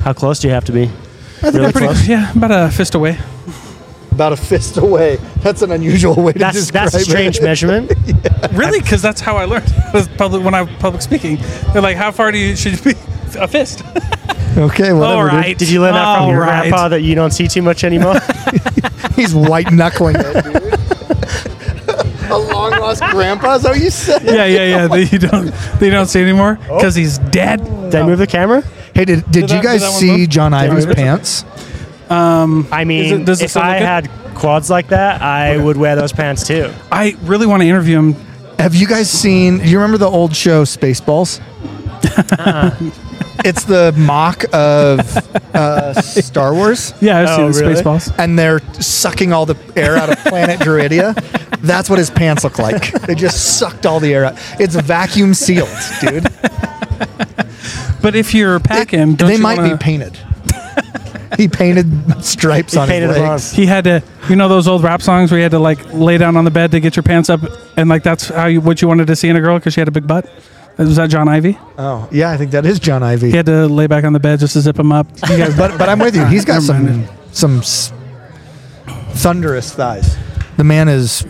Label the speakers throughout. Speaker 1: How close do you have to be?
Speaker 2: I think
Speaker 1: Really
Speaker 2: I'm pretty.
Speaker 1: close?
Speaker 2: Yeah, about a fist away.
Speaker 3: About a fist away. That's an unusual way to
Speaker 1: That's
Speaker 3: describe
Speaker 1: that's a strange
Speaker 3: it.
Speaker 1: measurement.
Speaker 2: Really? Because that's how I learned. Was public when I was public speaking. They're like, "How far do you should you be?" A fist.
Speaker 3: Okay, whatever.
Speaker 2: All
Speaker 3: dude.
Speaker 2: right.
Speaker 1: Did you learn that from
Speaker 2: All
Speaker 1: your
Speaker 2: right.
Speaker 1: grandpa that you don't see too much anymore?
Speaker 3: He's white knuckling it, dude. a long lost grandpa. Is that what you said?
Speaker 2: Yeah, yeah, yeah. that you don't that you don't see anymore
Speaker 1: Oh.
Speaker 2: because he's dead.
Speaker 1: Did I move the camera?
Speaker 3: Hey, did, did, you
Speaker 2: that- did
Speaker 3: guys
Speaker 2: that one
Speaker 3: see
Speaker 2: move?
Speaker 3: John Ivy's
Speaker 1: move?
Speaker 3: pants?
Speaker 2: Um,
Speaker 1: I mean,
Speaker 2: does it
Speaker 1: if
Speaker 2: still look
Speaker 1: I had
Speaker 2: good?
Speaker 1: quads like that, I would wear those pants too.
Speaker 2: I really want to interview him.
Speaker 3: Have you guys seen? Do you remember the old show Spaceballs? it's the mock of uh, Star Wars,
Speaker 2: Yeah, I've
Speaker 1: Oh,
Speaker 2: seen the
Speaker 1: really?
Speaker 2: Spaceballs.
Speaker 3: and they're sucking all the air out of planet Druidia. That's what his pants look like. They just sucked all the air out. It's vacuum sealed, dude.
Speaker 2: But if you're packing, don't
Speaker 3: they
Speaker 2: you
Speaker 3: might
Speaker 2: wanna-
Speaker 3: be painted. he painted stripes
Speaker 1: He
Speaker 3: on
Speaker 1: painted
Speaker 3: his
Speaker 1: them on.
Speaker 3: legs.
Speaker 2: He had to, you know, those old rap songs where you had to like lay down on the bed to get your pants up, and like that's how you what you wanted to see in a girl because she had a big butt. Was that John Ivy?
Speaker 3: Oh, yeah, I think that is John Ivy.
Speaker 2: He had to lay back on the bed just to zip him up. You guys,
Speaker 3: but but I'm with you. He's got some some s- thunderous thighs. The man is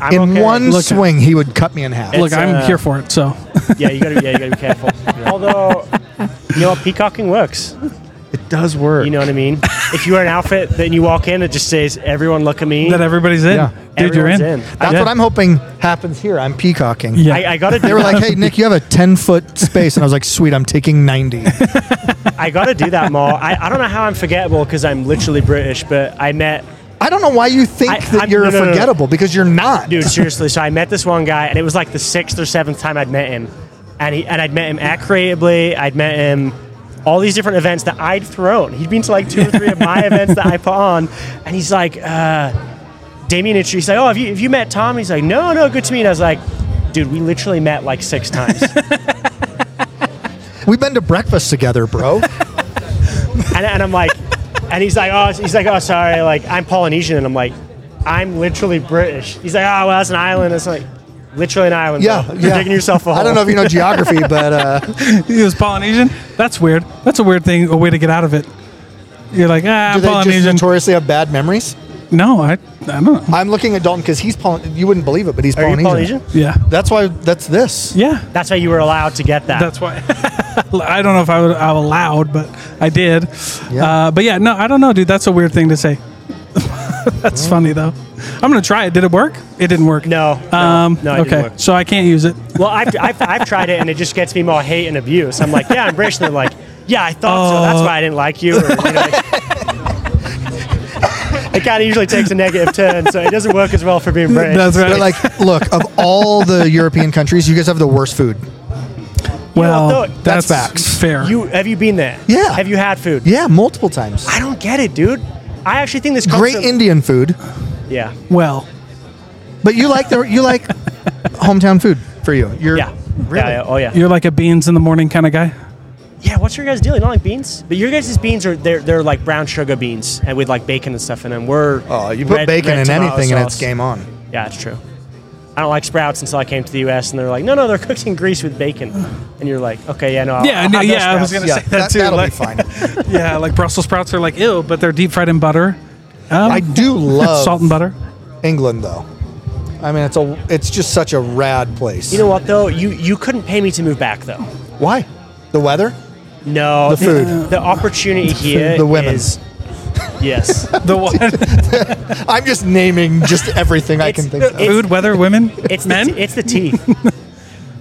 Speaker 1: I'm
Speaker 3: in
Speaker 1: okay.
Speaker 3: one
Speaker 2: Look-
Speaker 3: swing he would cut me in half.
Speaker 2: look,
Speaker 1: It's,
Speaker 2: I'm
Speaker 1: uh,
Speaker 2: here for it. So
Speaker 1: Yeah, you gotta, yeah, you gotta be careful. Although, you know, what, peacocking works.
Speaker 3: it does work.
Speaker 1: You know what I mean? If you wear an outfit, then you walk in, it just says, "Everyone, look at me."
Speaker 2: that everybody's in,
Speaker 3: Yeah.
Speaker 2: dude. You're
Speaker 1: Everyone's
Speaker 2: in.
Speaker 1: in.
Speaker 3: That's
Speaker 2: Yeah.
Speaker 3: what I'm hoping happens here. I'm peacocking.
Speaker 2: Yeah.
Speaker 1: I, I gotta. Do
Speaker 3: They were
Speaker 1: that-
Speaker 3: like, "Hey Nick, you have a 10 foot space," and I was like, "Sweet, I'm taking 90."
Speaker 1: I gotta do that more. I, I don't know how I'm forgettable because I'm literally British, but I met
Speaker 3: I don't know why you think
Speaker 1: I-
Speaker 3: that
Speaker 1: I'm-
Speaker 3: you're
Speaker 1: no, no, no, no.
Speaker 3: forgettable because you're not.
Speaker 1: dude seriously so i met this one guy and it was like the sixth or seventh time i'd met him and he and i'd met him at creatively i'd met him all these different events that i'd thrown he'd been to like two or three of my events that i put on and he's like uh damien introduced he's like oh have you, have you met tom he's like no no good to meet you." and i was like dude we literally met like six times
Speaker 3: We've been to breakfast together, bro.
Speaker 1: and, and i'm like and he's like oh he's like oh sorry like i'm polynesian and i'm like i'm literally british he's like oh well that's an island it's like literally an island
Speaker 3: Yeah,
Speaker 1: bro.
Speaker 3: yeah.
Speaker 1: you're digging yourself a hole
Speaker 3: I don't know if you know geography, but uh,
Speaker 2: He was Polynesian. That's weird. That's a weird thing. A way to get out of it. You're like ah,
Speaker 3: do
Speaker 2: I'm
Speaker 3: they just
Speaker 2: Polynesian.
Speaker 3: notoriously have bad memories?
Speaker 2: no, I, I don't know.
Speaker 3: I'm looking at Dalton because he's Poly- you wouldn't believe it, but he's
Speaker 1: Are you Polynesian?
Speaker 2: Yeah,
Speaker 3: That's why. That's this.
Speaker 2: yeah.
Speaker 1: That's why you were allowed to get that.
Speaker 2: That's why. I don't know if I was I was allowed, but I did.
Speaker 3: Yeah.
Speaker 2: Uh, but yeah, no, I don't know, dude. That's a weird thing to say. That's funny though. I'm gonna try it. Did it work? It didn't work.
Speaker 1: Mm. no. no,
Speaker 2: Um,
Speaker 1: no, it
Speaker 2: okay,
Speaker 1: didn't work.
Speaker 2: so I can't use it.
Speaker 1: Well, I've, I've, I've tried it and it just gets me more hate and abuse. I'm like, yeah, I'm British. And they're like, yeah, I thought so. That's
Speaker 2: Oh.
Speaker 1: why I didn't like you. Or, you know, it kind of usually takes a negative turn, so it doesn't work as well for being British.
Speaker 2: That's right.
Speaker 3: They're like, look, of all the European countries, you guys have the worst food.
Speaker 2: Well,
Speaker 1: though,
Speaker 2: that's,
Speaker 3: that's facts.
Speaker 2: fair.
Speaker 1: You have you been there?
Speaker 3: Yeah.
Speaker 1: Have you had food?
Speaker 3: Yeah, multiple times.
Speaker 1: I don't get it, dude. I actually think this
Speaker 3: Great
Speaker 1: culture-
Speaker 3: Indian food,
Speaker 1: yeah.
Speaker 2: well,
Speaker 3: but you like the you like hometown food for you. You're
Speaker 1: Yeah.
Speaker 3: really.
Speaker 1: Yeah, yeah. Oh yeah.
Speaker 2: you're like a beans in the morning kind of guy.
Speaker 1: Yeah. What's your guys' deal? You don't like beans? But your guys' beans are they're they're like brown sugar beans and with like bacon and stuff in them. We're
Speaker 3: Oh, you put
Speaker 1: red-
Speaker 3: bacon
Speaker 1: red
Speaker 3: in
Speaker 1: tomato
Speaker 3: anything and it's
Speaker 1: sauce.
Speaker 3: game on.
Speaker 1: Yeah, it's true. I don't like sprouts until I came to the U.S. and they're like, no, no, they're cooked in grease with bacon, and you're like, okay, yeah, no, I'll,
Speaker 2: Yeah,
Speaker 1: I'll
Speaker 2: no,
Speaker 1: have those
Speaker 2: yeah, I was
Speaker 1: sprouts."
Speaker 2: gonna
Speaker 3: Yeah,
Speaker 2: say that
Speaker 3: that,
Speaker 2: too,
Speaker 3: that'll
Speaker 2: like-
Speaker 3: be fine.
Speaker 2: yeah, like Brussels sprouts are like ill, but they're deep fried in butter. Um,
Speaker 3: I do love
Speaker 2: salt and butter.
Speaker 3: England though. I mean, it's a it's just such a rad place.
Speaker 1: You know what though? You you couldn't pay me to move back though.
Speaker 3: why? The weather.
Speaker 1: No,
Speaker 3: The food.
Speaker 1: the opportunity here,
Speaker 3: the women.
Speaker 1: is- yes,
Speaker 2: The one
Speaker 3: I'm just naming just everything I
Speaker 1: It's-
Speaker 3: can think of.
Speaker 1: it-
Speaker 2: food, weather, women,
Speaker 1: it's
Speaker 2: men.
Speaker 1: the, it's the teeth.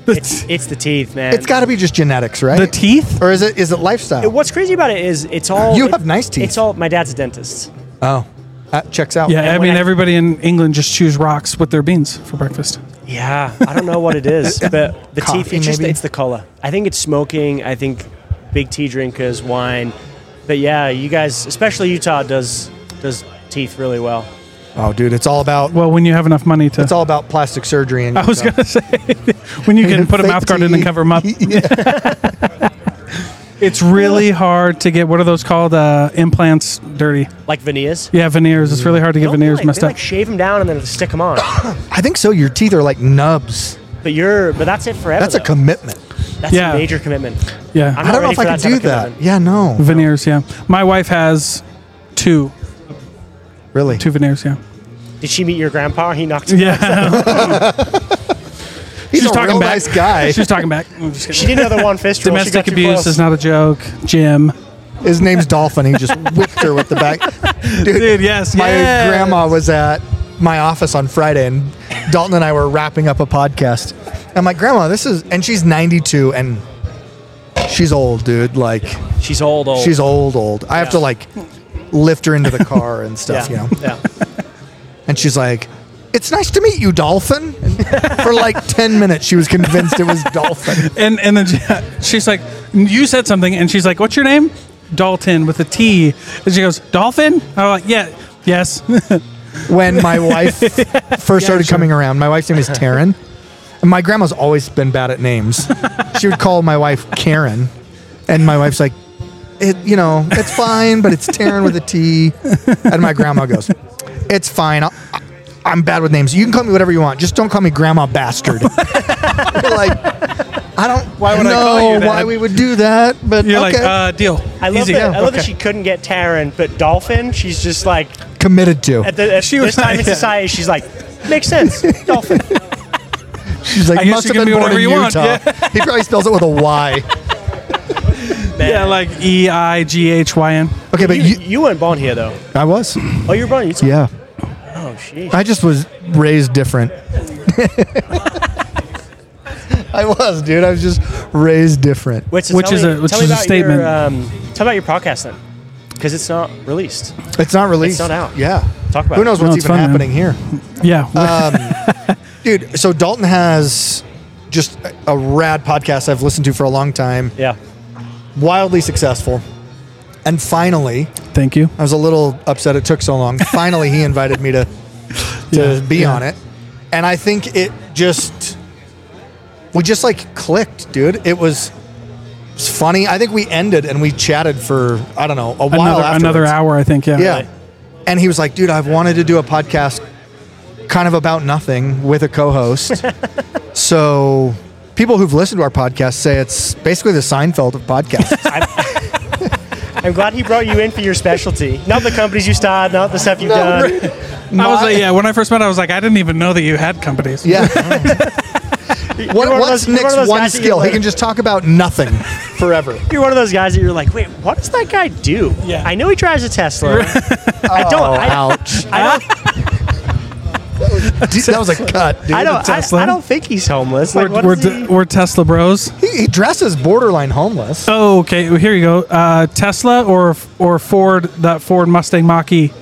Speaker 1: it's, it's the teeth, man.
Speaker 3: It's got to be just genetics, right?
Speaker 2: the teeth.
Speaker 3: or is it is it lifestyle?
Speaker 1: What's crazy about it is it's all
Speaker 3: You
Speaker 1: it-
Speaker 3: have nice teeth.
Speaker 1: It's all my dad's a dentist.
Speaker 3: oh, that checks out.
Speaker 2: Yeah, I
Speaker 1: when
Speaker 2: mean,
Speaker 1: I-
Speaker 2: everybody in England just chews rocks with their beans for breakfast.
Speaker 1: Yeah, I don't know what it is, but the teeth.
Speaker 3: Coffee,
Speaker 1: It's just
Speaker 3: maybe?
Speaker 1: it's the color. I think it's smoking. I think big tea drinkers, wine. But yeah, you guys, especially Utah, does does teeth really well.
Speaker 3: Oh, dude, it's all about
Speaker 2: Well, when you have enough money to.
Speaker 3: it's all about plastic surgery. And
Speaker 2: I was gonna say, when you can put a
Speaker 3: Fake
Speaker 2: mouth guard in
Speaker 3: teeth.
Speaker 2: and cover them up. It's really hard to get what are those called? Uh, implants dirty.
Speaker 1: Like veneers.
Speaker 2: Yeah, veneers. It's really hard to get
Speaker 1: Don't
Speaker 2: veneers
Speaker 1: they, like,
Speaker 2: messed
Speaker 1: they
Speaker 2: up.
Speaker 1: like shave them down and then stick them on.
Speaker 3: I think so. Your teeth are like nubs.
Speaker 1: but you're but that's it forever.
Speaker 3: That's a
Speaker 1: though.
Speaker 3: commitment.
Speaker 1: That's
Speaker 2: Yeah.
Speaker 1: a major commitment.
Speaker 2: Yeah.
Speaker 1: I'm
Speaker 3: I
Speaker 1: not
Speaker 3: don't know
Speaker 1: ready
Speaker 3: if I
Speaker 1: for
Speaker 3: can
Speaker 1: that type
Speaker 3: do
Speaker 1: of
Speaker 3: that.
Speaker 1: commitment.
Speaker 3: Yeah, no,
Speaker 2: veneers. Yeah, my wife has two
Speaker 3: really.
Speaker 2: two veneers. Yeah,
Speaker 1: Did she meet your grandpa? He knocked.
Speaker 2: yeah.
Speaker 3: He's
Speaker 2: She's
Speaker 3: a
Speaker 2: talking
Speaker 3: real
Speaker 2: back.
Speaker 3: nice guy.
Speaker 2: She's talking back. I'm just kidding.
Speaker 1: She didn't know the one fist rule. she
Speaker 2: Domestic
Speaker 1: got too
Speaker 2: abuse
Speaker 1: close.
Speaker 2: is not a joke, Jim.
Speaker 3: His name's Dolphin. He just whipped her with the back. Dude,
Speaker 2: yes,
Speaker 3: my grandma was at my office on Friday, and Dalton and I were wrapping up a podcast. I'm like, Grandma, this is, and she's 92, and she's old, dude. Like,
Speaker 1: She's old. Old.
Speaker 3: she's old, old. I have to like lift her into the car and
Speaker 1: Yeah.
Speaker 3: stuff, you know.
Speaker 1: yeah.
Speaker 3: And she's like, "It's nice to meet you, Dolphin." And for like 10 minutes, she was convinced it was Dolphin.
Speaker 2: And and then she, she's like, you said something, and she's like, what's your name? Dalton with a T. And she goes, Dolphin. I'm like, yeah, yes.
Speaker 3: When my wife first
Speaker 2: sure.
Speaker 3: started coming around, my wife's name is Taryn. And my grandma's always been bad at names. she would call my wife Karen, and my wife's like, "It, you know, it's fine, but it's Taryn with a T." And my grandma goes, "It's fine. I'll, I- I'm bad with names. You can call me whatever you want. Just don't call me Grandma Bastard." You're like, I don't. Why
Speaker 2: would I
Speaker 3: know
Speaker 2: call you that?
Speaker 3: why we would do that? But
Speaker 2: You're
Speaker 3: okay.
Speaker 2: like, uh, deal.
Speaker 1: I love
Speaker 2: Easy.
Speaker 1: that. I love that
Speaker 3: okay.
Speaker 1: she couldn't get Taryn, but Dolphin. She's just like
Speaker 3: committed to.
Speaker 1: at, the, at
Speaker 2: She
Speaker 1: this
Speaker 2: was
Speaker 1: time
Speaker 2: like-
Speaker 1: in society. She's like, makes sense. Dolphin.
Speaker 3: She's like,
Speaker 2: I guess you can
Speaker 3: must have
Speaker 2: be
Speaker 3: been born
Speaker 2: whatever you
Speaker 3: in
Speaker 2: want,
Speaker 3: Utah. he probably spells it with a Y.
Speaker 2: Yeah, like E I G H Y N.
Speaker 3: Okay, but
Speaker 1: you,
Speaker 3: you,
Speaker 1: you weren't born here though.
Speaker 3: I was.
Speaker 1: Oh, you were born. in Utah.
Speaker 3: Yeah,
Speaker 1: Oh, sheesh.
Speaker 3: I just was raised different. I was, dude. I was just raised different.
Speaker 1: Wait, so
Speaker 2: Which
Speaker 1: tell
Speaker 2: is
Speaker 1: me-
Speaker 2: a- which
Speaker 1: tell me
Speaker 2: is a
Speaker 1: about
Speaker 2: statement.
Speaker 1: Your, um, tell me about your podcast then, because it's not released.
Speaker 3: It's not released.
Speaker 1: not out.
Speaker 3: Yeah.
Speaker 1: Talk about
Speaker 3: Who
Speaker 1: it.
Speaker 3: knows
Speaker 2: No,
Speaker 3: what's
Speaker 2: it's
Speaker 3: even
Speaker 2: fun, man.
Speaker 3: happening here,
Speaker 2: Yeah.
Speaker 3: Uh, dude? So Dalton has just a- a rad podcast I've listened to for a long time.
Speaker 1: Yeah.
Speaker 3: Wildly successful, and finally,
Speaker 2: Thank you.
Speaker 3: I was a little upset it took so long. Finally, he invited me to to be on it, and I think it just we just like clicked, dude. It was, it was funny. I think we ended and we chatted for I don't know a while.
Speaker 2: Another, another
Speaker 3: afterwards.
Speaker 2: hour, I think. Yeah.
Speaker 3: Yeah, and he was like, "Dude, I've wanted to do a podcast, kind of about nothing, with a co-host." so, people who've listened to our podcast say it's basically the Seinfeld of podcasts.
Speaker 1: I'm glad he brought you in for your specialty. Not the companies you started, not the stuff you've done.
Speaker 2: I was like, yeah. When I first met, I was like, I didn't even know that you had companies.
Speaker 3: Yeah. what,
Speaker 1: one of
Speaker 3: what's
Speaker 1: those- you're one
Speaker 3: Nick's
Speaker 1: of those
Speaker 3: one,
Speaker 1: guys that you
Speaker 3: skill? He
Speaker 1: like-
Speaker 3: can just talk about nothing forever.
Speaker 1: You're one of those guys that you're like, wait, what does that guy do?
Speaker 2: Yeah.
Speaker 1: I know he drives a Tesla. I don't.
Speaker 3: Oh,
Speaker 1: I,
Speaker 3: ouch.
Speaker 1: I don't.
Speaker 3: that was a cut, dude.
Speaker 1: I don't. I,
Speaker 2: Tesla.
Speaker 1: I don't think he's homeless. Like,
Speaker 2: We're,
Speaker 1: what
Speaker 2: we're,
Speaker 1: is he-
Speaker 2: d- we're Tesla bros.
Speaker 3: He, he dresses borderline homeless.
Speaker 2: Oh, okay. Well, here you go. Uh, Tesla or or Ford? That Ford Mustang Mach E.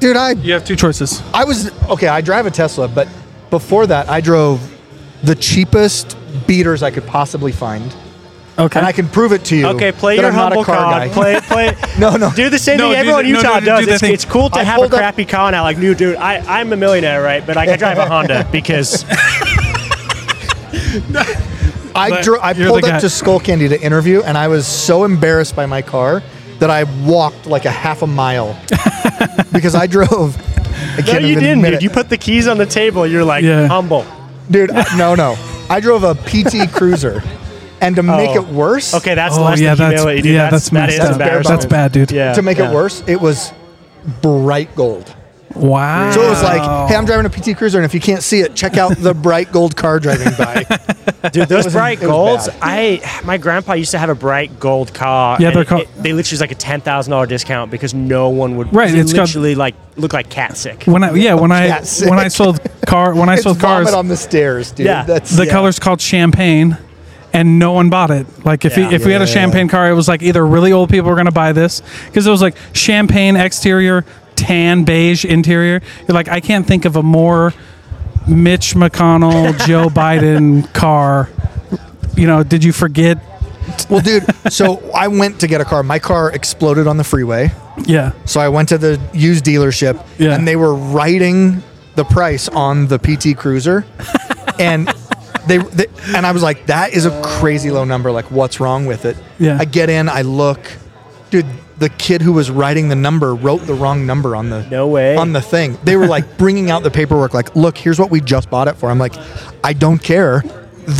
Speaker 3: Dude, I
Speaker 2: You have two choices.
Speaker 3: I was okay, I drive a Tesla, but before that I drove the cheapest beaters I could possibly find.
Speaker 2: Okay.
Speaker 3: And I can prove it to you.
Speaker 1: okay, play
Speaker 3: that
Speaker 1: your
Speaker 3: I'm not a
Speaker 1: humble
Speaker 3: car
Speaker 1: card.
Speaker 3: guy.
Speaker 1: Play, play.
Speaker 3: No, no.
Speaker 1: Do the same
Speaker 2: No, do
Speaker 1: thing everyone
Speaker 2: the-
Speaker 1: in
Speaker 2: no,
Speaker 1: Utah
Speaker 2: do- do
Speaker 1: does.
Speaker 2: the
Speaker 1: it's,
Speaker 2: thing.
Speaker 1: it's cool to
Speaker 3: I
Speaker 1: have a
Speaker 3: pulled up-
Speaker 1: crappy car now. Like, new dude, I, I'm a millionaire, right? But I can drive a Honda because
Speaker 3: I
Speaker 2: But
Speaker 3: drew, I
Speaker 2: you're
Speaker 3: pulled
Speaker 2: the guy.
Speaker 3: up to Skullcandy to interview, and I was so embarrassed by my car that I walked like a half a mile because I drove. I
Speaker 1: no,
Speaker 3: can't
Speaker 1: you
Speaker 3: even
Speaker 1: didn't,
Speaker 3: admit
Speaker 1: dude.
Speaker 3: it.
Speaker 1: You put the keys on the table. You're like
Speaker 2: Yeah.
Speaker 1: humble.
Speaker 3: dude. I- No, no. I drove a PT Cruiser, and to make
Speaker 1: Oh.
Speaker 3: it worse,
Speaker 1: Okay, that's
Speaker 2: Oh,
Speaker 1: less
Speaker 2: yeah,
Speaker 1: than
Speaker 2: that's-
Speaker 1: humility, dude.
Speaker 2: yeah,
Speaker 1: that's,
Speaker 2: that's
Speaker 1: that is
Speaker 2: messed up.
Speaker 1: embarrassing.
Speaker 2: That's bad, dude.
Speaker 1: Yeah,
Speaker 3: to make
Speaker 1: yeah.
Speaker 3: it worse, it was bright gold.
Speaker 2: wow.
Speaker 3: So it was like, hey, I'm driving a PT Cruiser, and if you can't see it, check out the bright gold car driving by.
Speaker 1: Dude, those bright
Speaker 3: it was
Speaker 1: golds. I my grandpa used to have a bright gold car.
Speaker 2: Yeah,
Speaker 1: and
Speaker 2: they're
Speaker 1: it-
Speaker 2: called-
Speaker 1: it- they literally was like a ten thousand dollar discount because no one would.
Speaker 2: Right,
Speaker 1: They
Speaker 2: it's got-
Speaker 1: literally like look like cat sick.
Speaker 2: when I yeah when I
Speaker 3: Yeah, sick.
Speaker 2: when I sold car when I
Speaker 3: It's
Speaker 2: sold cars
Speaker 3: vomit on the stairs, dude.
Speaker 1: Yeah.
Speaker 3: That's
Speaker 2: the
Speaker 3: yeah.
Speaker 2: color's called champagne and no one bought it like if,
Speaker 1: Yeah.
Speaker 2: we, if we had a
Speaker 3: Yeah.
Speaker 2: champagne car it was like either really old people were going to buy this because it was like champagne exterior tan beige interior you're like i can't think of a more mitch mcconnell joe biden car you know did you forget
Speaker 3: Well, dude, so I went to get a car. My car exploded on the freeway.
Speaker 2: yeah
Speaker 3: So I went to the used dealership
Speaker 2: Yeah.
Speaker 3: and they were writing the price on the PT Cruiser. and they, they and I was like, that is a crazy low number. Like, what's wrong with it?
Speaker 2: Yeah.
Speaker 3: I get in, I look, dude. The kid who was writing the number wrote the wrong number on the
Speaker 1: No way.
Speaker 3: on the thing. They were like bringing out the paperwork, like, look, here's what we just bought it for. I'm like, I don't care.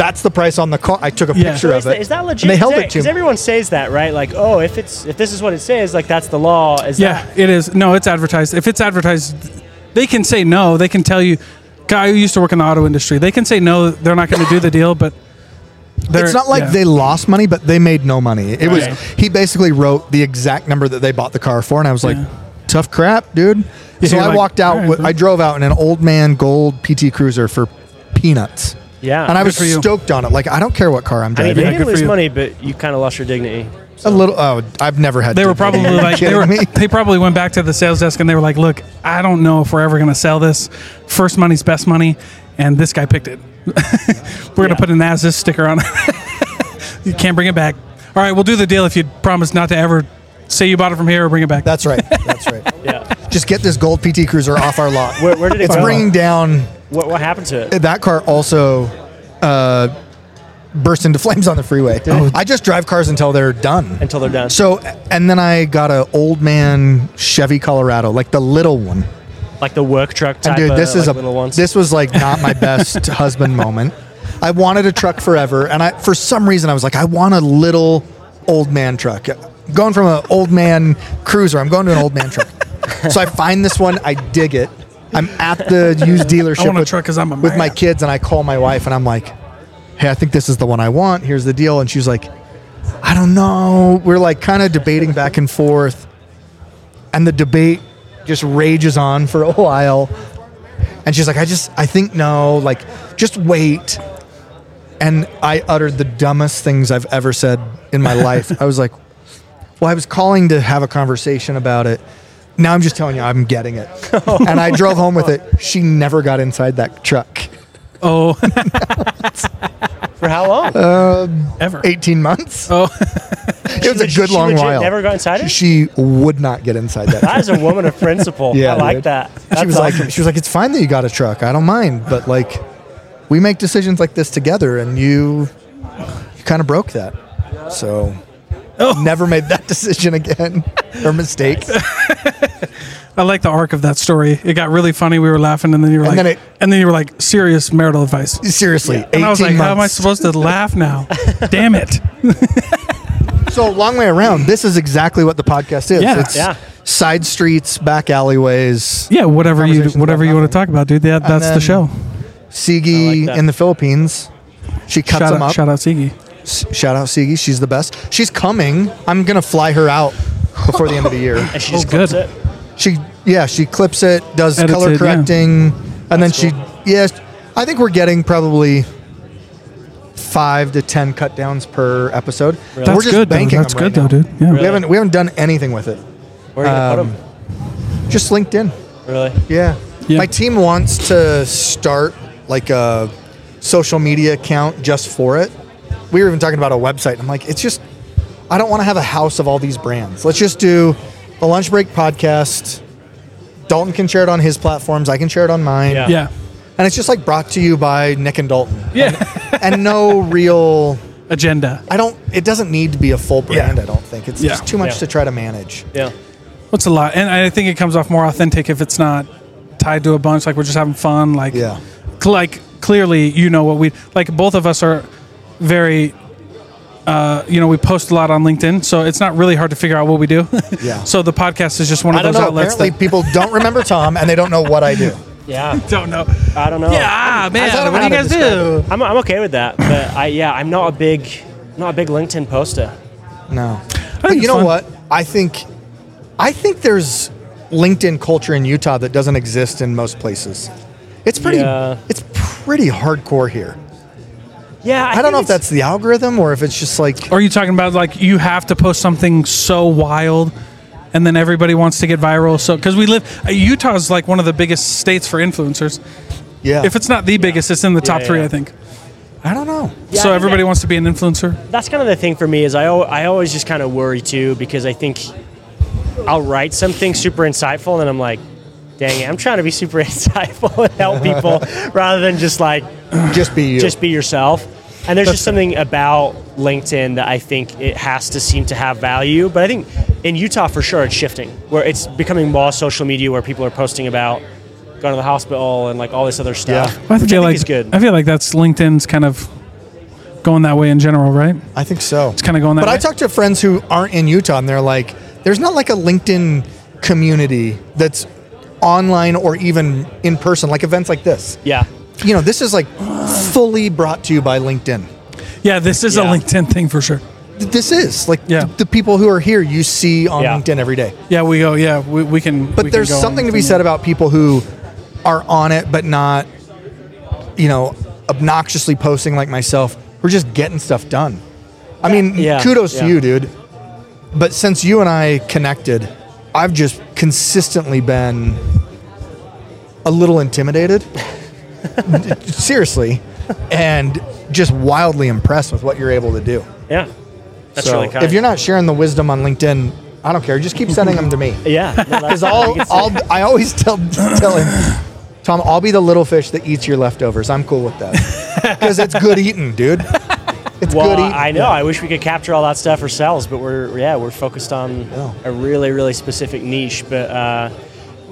Speaker 3: that's the price on the car. I took a
Speaker 2: Yeah. So
Speaker 3: picture
Speaker 1: But
Speaker 3: of
Speaker 1: Is
Speaker 3: it.
Speaker 1: that, is that legit?
Speaker 3: And they held
Speaker 1: Is
Speaker 3: it to
Speaker 1: Because
Speaker 3: me.
Speaker 1: everyone says that, right? Like, oh, if it's if this is what it says, like that's the law. Is
Speaker 2: Yeah, it is. No, it's advertised. If it's advertised, they can say no. They can tell you, guy who used to work in the auto industry, they can say no. They're not going to do the deal, but they're-
Speaker 3: It's not like
Speaker 2: yeah.
Speaker 3: they lost money, but they made no money. It was
Speaker 1: Right.
Speaker 3: he basically wrote the exact number that they bought the car for, and I was like, tough crap, dude. so
Speaker 2: you're
Speaker 3: I
Speaker 2: like,
Speaker 3: walked out.
Speaker 2: all right,
Speaker 3: with,
Speaker 2: bro.
Speaker 3: I drove out in an old man gold PT Cruiser for peanuts,
Speaker 1: that, yeah.
Speaker 3: and I was
Speaker 2: Ah, for you.
Speaker 3: stoked on it. Like I don't care what car I'm
Speaker 1: I mean,
Speaker 3: driving.
Speaker 1: they
Speaker 2: Yeah,
Speaker 1: didn't
Speaker 2: good for
Speaker 1: lose
Speaker 2: you.
Speaker 1: money, but you kind of lost your dignity.
Speaker 3: a little. Oh, I've never had.
Speaker 2: They were
Speaker 3: dignity.
Speaker 2: probably
Speaker 3: Are you
Speaker 2: like they
Speaker 3: kidding
Speaker 2: were.
Speaker 3: me?
Speaker 2: They probably went back to the sales desk and they were like, "Look, I don't know if we're ever going to sell this. First money's best money, and this guy picked it. we're going
Speaker 1: Yeah.
Speaker 2: to put an Asda sticker on. it. you can't bring it back. All right, we'll do the deal if you promise not to ever say you bought it from here or bring it back.
Speaker 3: That's right. That's right.
Speaker 1: Yeah.
Speaker 3: Just get this gold PT Cruiser off our lot.
Speaker 1: Where- where did it
Speaker 3: it's
Speaker 1: go?
Speaker 3: bringing down.
Speaker 1: what, what happened to it?
Speaker 3: That car also uh, burst into flames on the freeway.
Speaker 2: Oh.
Speaker 3: I just drive cars until they're done.
Speaker 1: Until they're done.
Speaker 3: So, and then I got a old man Chevy Colorado, like the little one.
Speaker 1: like the work truck
Speaker 3: And
Speaker 1: type.
Speaker 3: dude,
Speaker 1: of,
Speaker 3: this
Speaker 1: like,
Speaker 3: is a
Speaker 1: little ones.
Speaker 3: this was like not my best husband moment. I wanted a truck forever, and I for some reason I was like, I want a little old man truck. Going from an old man cruiser, I'm going to an old man truck. so I find this one, I dig it. I'm at the used dealership
Speaker 2: I want a
Speaker 3: with,
Speaker 2: truck 'cause I'm a
Speaker 3: with my
Speaker 2: man.
Speaker 3: kids, and I call my wife, and I'm like, Hey, I think this is the one I want. Here's the deal, and she's like, I don't know. We're like kind of debating back and forth, and the debate just rages on for a while. And she's like, I just, I think no, like, just wait. And I uttered the dumbest things I've ever said in my life. I was like, well, I was calling to have a conversation about it. Now I'm just telling you, I'm getting it. and I drove home with it. She never got inside that truck.
Speaker 2: Oh,
Speaker 1: For how long?
Speaker 2: ever.
Speaker 3: 18 months.
Speaker 2: Oh.
Speaker 3: it was a
Speaker 1: She-
Speaker 3: good
Speaker 1: she
Speaker 3: long
Speaker 1: legit
Speaker 3: while.
Speaker 1: Never got inside it.
Speaker 3: she would not get inside that
Speaker 1: That
Speaker 3: truck.
Speaker 1: is a woman of principle.
Speaker 3: Yeah,
Speaker 1: I like
Speaker 3: dude.
Speaker 1: that. That's
Speaker 3: she was
Speaker 1: awesome.
Speaker 3: like, she was like, it's fine that you got a truck. I don't mind, but like, we make decisions like this together, and you, you kind of broke that. So, never made that decision again or mistake.
Speaker 2: I like the arc of that story. It got really funny. We were laughing, and then you were like,
Speaker 3: then it-
Speaker 2: and then you were like, serious marital advice.
Speaker 3: Seriously,
Speaker 2: And
Speaker 3: eighteen
Speaker 2: I was like,
Speaker 3: months.
Speaker 2: how am I supposed to laugh now? Damn it.
Speaker 3: so long way around. This is exactly what the podcast is.
Speaker 2: Yeah.
Speaker 3: it's
Speaker 1: Yeah.
Speaker 3: side streets, back alleyways,
Speaker 2: Yeah, whatever you
Speaker 3: Conversations
Speaker 2: whatever
Speaker 3: about
Speaker 2: you want to talk about, dude. Yeah, that's the
Speaker 3: then-
Speaker 2: show.
Speaker 3: Sigi
Speaker 1: I like that.
Speaker 3: in the Philippines. She cuts
Speaker 2: Shout
Speaker 3: them
Speaker 2: out,
Speaker 3: up.
Speaker 2: shout out, Siggy.
Speaker 3: S- Shout out Sigi. She's the best. She's coming. I'm gonna fly her out before the end of the year.
Speaker 1: and she
Speaker 2: Oh,
Speaker 1: just clips
Speaker 2: good.
Speaker 1: it.
Speaker 3: She yeah, she clips it, does
Speaker 2: Edits it,
Speaker 3: color
Speaker 2: yeah.
Speaker 3: correcting, and then she yes, I think we're getting probably five to ten cut downs per episode.
Speaker 2: That's
Speaker 3: We're just
Speaker 2: good. Though.
Speaker 3: banking
Speaker 2: That's
Speaker 3: them right
Speaker 2: good though,
Speaker 3: now.
Speaker 2: dude. Yeah.
Speaker 3: We haven't we haven't done anything with it.
Speaker 1: Where are you
Speaker 3: Um,
Speaker 1: gonna put
Speaker 3: Just LinkedIn.
Speaker 1: them? Really?
Speaker 3: Yeah.
Speaker 2: Yeah.
Speaker 3: My team wants to start like a social media account just for it. We were even talking about a website. I'm like, it's just, I don't want to have a house of all these brands. Let's just do the Lunch Break podcast. Dalton can share it on his platforms. I can share it on mine.
Speaker 1: Yeah.
Speaker 2: Yeah.
Speaker 3: And it's just like brought to you by Nick and Dalton.
Speaker 2: Yeah.
Speaker 3: and no real,
Speaker 2: Agenda.
Speaker 3: I don't, it doesn't need to be a full brand, I don't think. It's
Speaker 2: Yeah.
Speaker 3: just too much
Speaker 1: Yeah.
Speaker 3: to try to manage.
Speaker 1: Yeah.
Speaker 2: What's a lot? And I think it comes off more authentic if it's not tied to a bunch. Like we're just having fun. Like
Speaker 3: Yeah.
Speaker 2: cl- like clearly you know what we like. Both of us are very. Uh, you know, we post a lot on LinkedIn, so it's not really hard to figure out what we do.
Speaker 3: Yeah.
Speaker 2: so the podcast is just one
Speaker 3: I
Speaker 2: of
Speaker 3: don't
Speaker 2: those
Speaker 3: know.
Speaker 2: outlets
Speaker 3: Apparently, people don't remember Tom and they don't know what I do.
Speaker 1: Yeah.
Speaker 2: that don't know.
Speaker 1: I don't know.
Speaker 2: Yeah,
Speaker 3: don't know
Speaker 2: man. What do
Speaker 3: how
Speaker 2: you
Speaker 3: to
Speaker 2: guys
Speaker 3: describe
Speaker 2: do?
Speaker 1: I'm, I'm okay with that, but I yeah I'm not a big not a big LinkedIn poster.
Speaker 3: No.
Speaker 2: it's
Speaker 3: But you know
Speaker 2: fun.
Speaker 3: what? I think I think there's LinkedIn culture in Utah that doesn't exist in most places. It's pretty
Speaker 1: Yeah.
Speaker 3: it's pretty hardcore here.
Speaker 1: Yeah,
Speaker 3: I, don't
Speaker 1: think
Speaker 3: know if
Speaker 1: it's-
Speaker 3: that's the algorithm or if it's just like
Speaker 2: Or are you talking about like you have to post something so wild and then everybody wants to get viral? So, because we live, uh, Utah's like one of the biggest states for influencers.
Speaker 3: yeah.
Speaker 2: If it's not the biggest, it's in the top
Speaker 1: yeah,
Speaker 2: three,
Speaker 1: yeah.
Speaker 2: I think.
Speaker 3: I don't know.
Speaker 1: Yeah, I
Speaker 2: so
Speaker 1: think
Speaker 2: everybody
Speaker 1: that-
Speaker 2: wants to be an influencer.
Speaker 1: that's kind of the thing for me is I, al- I always just kind of worry too because I think I'll write something super insightful and I'm like, dang it, I'm trying to be super insightful and help people rather than just like
Speaker 3: Just be you.
Speaker 1: just be yourself. And there's just something about LinkedIn that I think it has to seem to have value. But I think in Utah for sure it's shifting where it's becoming more social media where people are posting about going to the hospital and like all this other stuff.
Speaker 3: Yeah.
Speaker 1: Which I think is good.
Speaker 2: I feel like that's LinkedIn's kind of going that way in general, right?
Speaker 3: I think so. It's
Speaker 2: kinda going that
Speaker 3: But I
Speaker 2: way.
Speaker 3: talked to friends who aren't in Utah, and they're like, "There's not like a LinkedIn community that's online or even in person, like events like this.
Speaker 1: Yeah.
Speaker 3: You know, this is like fully brought to you by LinkedIn.
Speaker 2: Yeah, this is
Speaker 1: Yeah.
Speaker 2: a LinkedIn thing for sure.
Speaker 3: Th- This is like
Speaker 2: Yeah.
Speaker 3: th- the people who are here you see on
Speaker 1: Yeah.
Speaker 3: LinkedIn every day.
Speaker 2: Yeah, we go. Yeah, we, we can.
Speaker 3: But there's something to be said about people who are on it but not, you know, obnoxiously posting like myself. We're just getting stuff done. I mean,
Speaker 1: Yeah.
Speaker 3: kudos
Speaker 1: Yeah.
Speaker 3: to you, dude. But since you and I connected, I've just consistently been a little intimidated. Seriously. And just wildly impressed with what you're able to do.
Speaker 1: Yeah. That's
Speaker 3: so
Speaker 1: really kind.
Speaker 3: if you're not sharing the wisdom on LinkedIn, I don't care. Just keep sending them to me.
Speaker 1: yeah. no, that's-
Speaker 3: Because I'll, I'll, I always tell tell him, Tom, I'll be the little fish that eats your leftovers. I'm cool with that. Because it's good eating, dude. It's
Speaker 1: well,
Speaker 3: good eating.
Speaker 1: I know. I wish we could capture all that stuff ourselves, but we're yeah, we're focused on
Speaker 3: Yeah.
Speaker 1: a really really specific niche. But uh,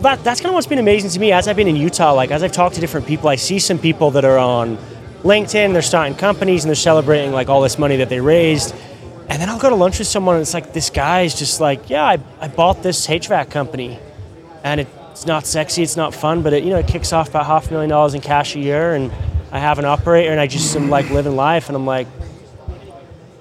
Speaker 1: that that's kind of what's been amazing to me as I've been in Utah. Like as I've talked to different people, I see some people that are on LinkedIn. They're starting companies and they're celebrating like all this money that they raised. And then I'll go to lunch with someone, and it's like this guy is just like, yeah, I, I bought this HVAC company, and it, it's not sexy, it's not fun, but it you know it kicks off about half a million dollars in cash a year, and I have an operator, and I just am like living life, and I'm like,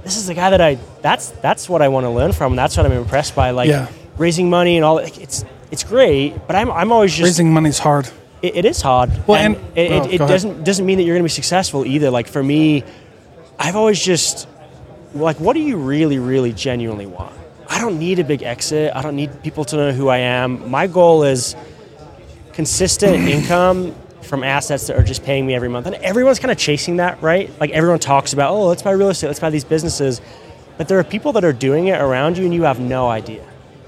Speaker 1: this is the guy that I that's that's what I want to learn from. That's what I'm impressed by. Like
Speaker 2: Yeah.
Speaker 1: raising money and all like, it's it's great, but I'm I'm always just
Speaker 2: Raising money's hard.
Speaker 1: it, it is hard.
Speaker 2: Well,
Speaker 1: and,
Speaker 2: and-
Speaker 1: it,
Speaker 2: oh,
Speaker 1: it, it
Speaker 2: go ahead.
Speaker 1: doesn't doesn't mean that you're going to be successful either. Like for me, I've always just like, what do you really, really, genuinely want? I don't need a big exit. I don't need people to know who I am. My goal is consistent income from assets that are just paying me every month. And everyone's kind of chasing that, right? Like everyone talks about, oh, let's buy real estate, let's buy these businesses. But there are people that are doing it around you and you have no idea.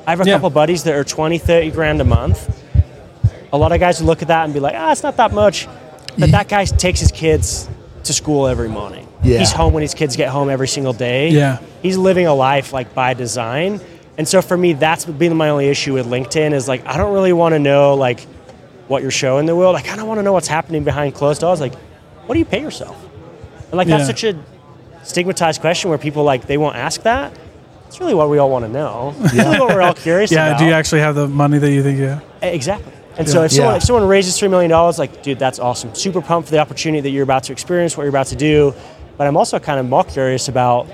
Speaker 1: I have a
Speaker 2: Yeah.
Speaker 1: couple buddies that are 20, 30 grand a month a lot of guys would look at that and be like, ah, it's not that much. But that guy takes his kids to school every morning.
Speaker 3: Yeah.
Speaker 1: He's home when his kids get home every single day.
Speaker 2: Yeah.
Speaker 1: He's living a life like by design. And so for me, that's been my only issue with LinkedIn is like, I don't really want to know like what you're showing the world. I kind of want to know what's happening behind closed doors. Like, what do you pay yourself? And like, that's
Speaker 2: Yeah.
Speaker 1: such a stigmatized question where people like, they won't ask that. It's really what we all want to know. It's really what we're all curious
Speaker 2: Yeah.
Speaker 1: about.
Speaker 2: Do you actually have the money that you think you have?
Speaker 1: Exactly. And so if
Speaker 3: Yeah.
Speaker 1: someone if someone raises three million dollars, like, dude, that's awesome. Super pumped for the opportunity that you're about to experience, what you're about to do. But I'm also kind of more curious about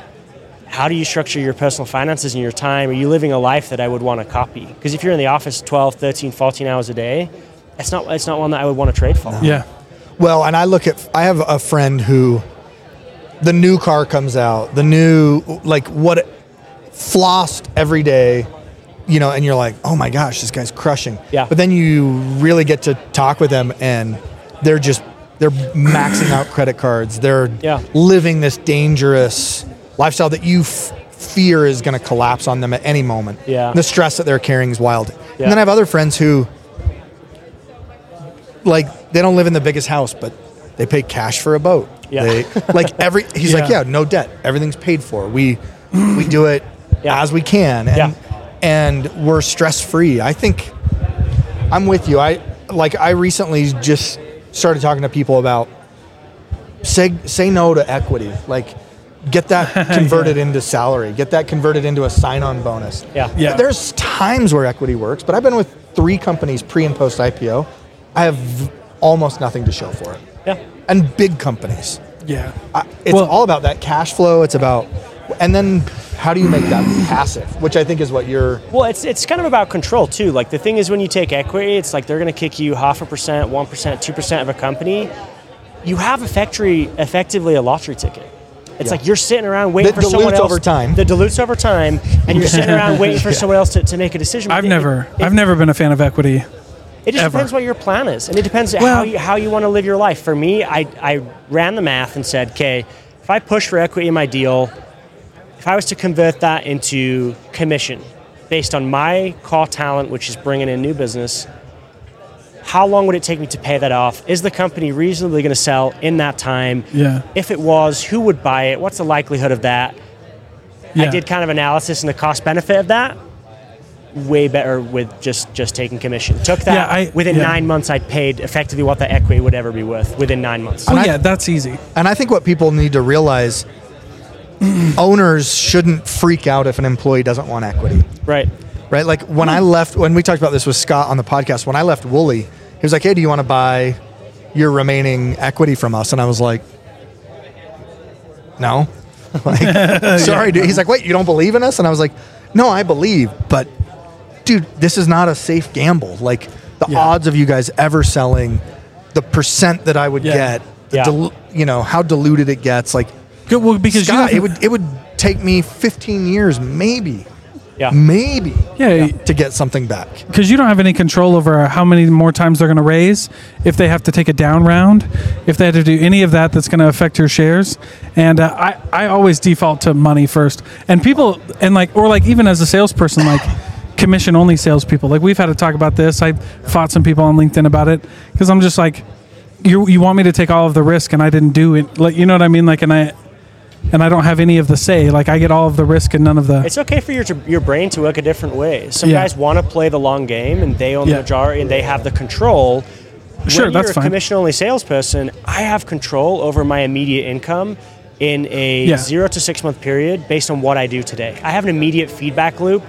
Speaker 1: how do you structure your personal finances and your time? Are you living a life that I would want to copy? Because if you're in the office 12, 13, 14 hours a day, it's not it's not one that I would want to trade for.
Speaker 2: Yeah.
Speaker 3: Well, and I look at, I have a friend who, the new car comes out, the new, like what, flossed every day, you know, and you're like, oh my gosh, this guy's crushing.
Speaker 1: Yeah.
Speaker 3: But then you really get to talk with them and they're just, they're maxing out credit cards. They're
Speaker 1: Yeah.
Speaker 3: living this dangerous lifestyle that you f- fear is going to collapse on them at any moment.
Speaker 1: Yeah.
Speaker 3: The stress that they're carrying is wild.
Speaker 1: Yeah.
Speaker 3: And then I have other friends who, like they don't live in the biggest house, but they pay cash for a boat.
Speaker 1: Yeah.
Speaker 3: They, like every he's like,
Speaker 2: Yeah.
Speaker 3: yeah, no debt. Everything's paid for. We we do it
Speaker 1: Yeah.
Speaker 3: as we can, and
Speaker 1: Yeah.
Speaker 3: and we're stress free. I think I'm with you. I like I recently just started talking to people about say say no to equity. Like get that converted into salary. Get that converted into a sign-on bonus.
Speaker 1: Yeah.
Speaker 2: Yeah.
Speaker 3: There's times where equity works, but I've been with three companies pre and post IPO. I have v- almost nothing to show for it.
Speaker 1: Yeah.
Speaker 3: And big companies.
Speaker 2: Yeah.
Speaker 3: I, it's
Speaker 2: Well-
Speaker 3: all about that cash flow. It's about, and then how do you make that passive, which I think is what you're.
Speaker 1: Well, it's it's kind of about control too. Like the thing is, when you take equity, it's like they're going to kick you half a percent, one percent, two percent of a company. You have effectively effectively a lottery ticket. It's like you're sitting around waiting
Speaker 3: That
Speaker 1: for someone
Speaker 3: dilutes
Speaker 1: else.
Speaker 3: over time.
Speaker 1: That dilutes over time, and you're sitting around waiting for someone else to, to make a decision.
Speaker 2: I've
Speaker 1: It-
Speaker 2: never.
Speaker 1: It,
Speaker 2: I've never been a fan of equity.
Speaker 1: it just
Speaker 2: ever.
Speaker 1: depends what your plan is, and it depends how
Speaker 2: Well-
Speaker 1: you, how you want to live your life. For me, I I ran the math and said, okay, if I push for equity in my deal, if I was to convert that into commission based on my core talent, which is bringing in new business, how long would it take me to pay that off? Is the company reasonably going to sell in that time?
Speaker 2: Yeah.
Speaker 1: If it was, who would buy it? What's the likelihood of that?
Speaker 2: Yeah.
Speaker 1: I did kind of analysis and the cost benefit of that. Way better with just just taking commission. Took that
Speaker 2: Yeah, I-
Speaker 1: within
Speaker 2: yeah.
Speaker 1: nine months. I paid effectively what the equity would ever be worth within nine months.
Speaker 2: Well,
Speaker 3: I-
Speaker 2: yeah, Oh, that's easy.
Speaker 3: And I think what people need to realize owners shouldn't freak out if an employee doesn't want equity,
Speaker 1: Right.
Speaker 3: right? Like when I left, when we talked about this with Scott on the podcast, when I left Wooly, he was like, "Hey, do you want to buy your remaining equity from us?" And I was like, "No." Like, sorry, dude. He's like, "Wait, you don't believe in us?" And I was like, "No, I believe, but dude, this is not a safe gamble. Like the odds of you guys ever selling, the percent that I would
Speaker 2: Yeah.
Speaker 3: get, the
Speaker 1: Yeah.
Speaker 3: dil- you know how diluted it gets, like."
Speaker 2: Good, well, because you
Speaker 3: Scott,
Speaker 2: have-
Speaker 3: it would it would take me 15 years, maybe,
Speaker 1: Yeah.
Speaker 3: maybe,
Speaker 2: Yeah.
Speaker 3: to get something back.
Speaker 2: because you don't have any control over how many more times they're going to raise, if they have to take a down round, if they had to do any of that that's going to affect your shares. And uh, I, I always default to money first. And people, and like, or like even as a salesperson, like commission only salespeople. Like we've had to talk about this. I fought some people on LinkedIn about it because I'm just like, you, you want me to take all of the risk and I didn't do it. Like, you know what I mean? Like, and I, and I don't have any of the say. Like I get all of the risk and none of the.
Speaker 1: It's okay for your your brain to work a different way. Some
Speaker 2: Yeah.
Speaker 1: guys want to play the long game and they own
Speaker 2: Yeah.
Speaker 1: the majority and they have the control.
Speaker 2: Sure,
Speaker 1: when
Speaker 2: that's
Speaker 1: you're
Speaker 2: fine.
Speaker 1: a commission only salesperson, I have control over my immediate income in a
Speaker 2: Yeah.
Speaker 1: zero to six month period based on what I do today. I have an immediate feedback loop.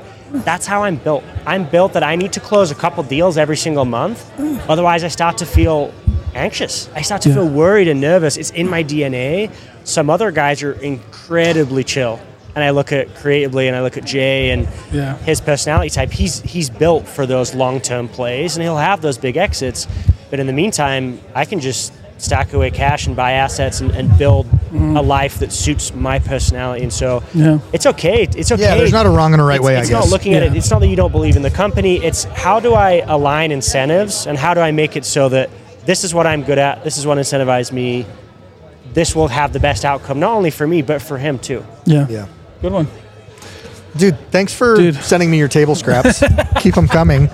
Speaker 1: That's how I'm built. I'm built that I need to close a couple deals every single month. Otherwise, I start to feel anxious. I start to
Speaker 2: Yeah.
Speaker 1: feel worried and nervous. It's in my DNA. Some other guys are incredibly chill. And I look at creatively and I look at Jay and
Speaker 2: Yeah.
Speaker 1: his personality type. He's he's built for those long term plays and he'll have those big exits. But in the meantime, I can just stack away cash and buy assets and, and build
Speaker 3: Mm-hmm.
Speaker 1: a life that suits my personality. And so
Speaker 2: Yeah.
Speaker 1: it's okay. It's okay.
Speaker 3: Yeah, there's not a wrong and a right
Speaker 1: It's-
Speaker 3: way, I
Speaker 1: It's
Speaker 3: guess.
Speaker 1: not looking at it.
Speaker 2: Yeah.
Speaker 1: It's not that you don't believe in the company. It's how do I align incentives and how do I make it so that this is what I'm good at. This is what incentivizes me. This will have the best outcome, not only for me but for him too.
Speaker 2: yeah.
Speaker 3: Yeah,
Speaker 2: Good one.
Speaker 3: dude, thanks for
Speaker 2: Dude.
Speaker 3: sending me your table scraps. Keep them coming.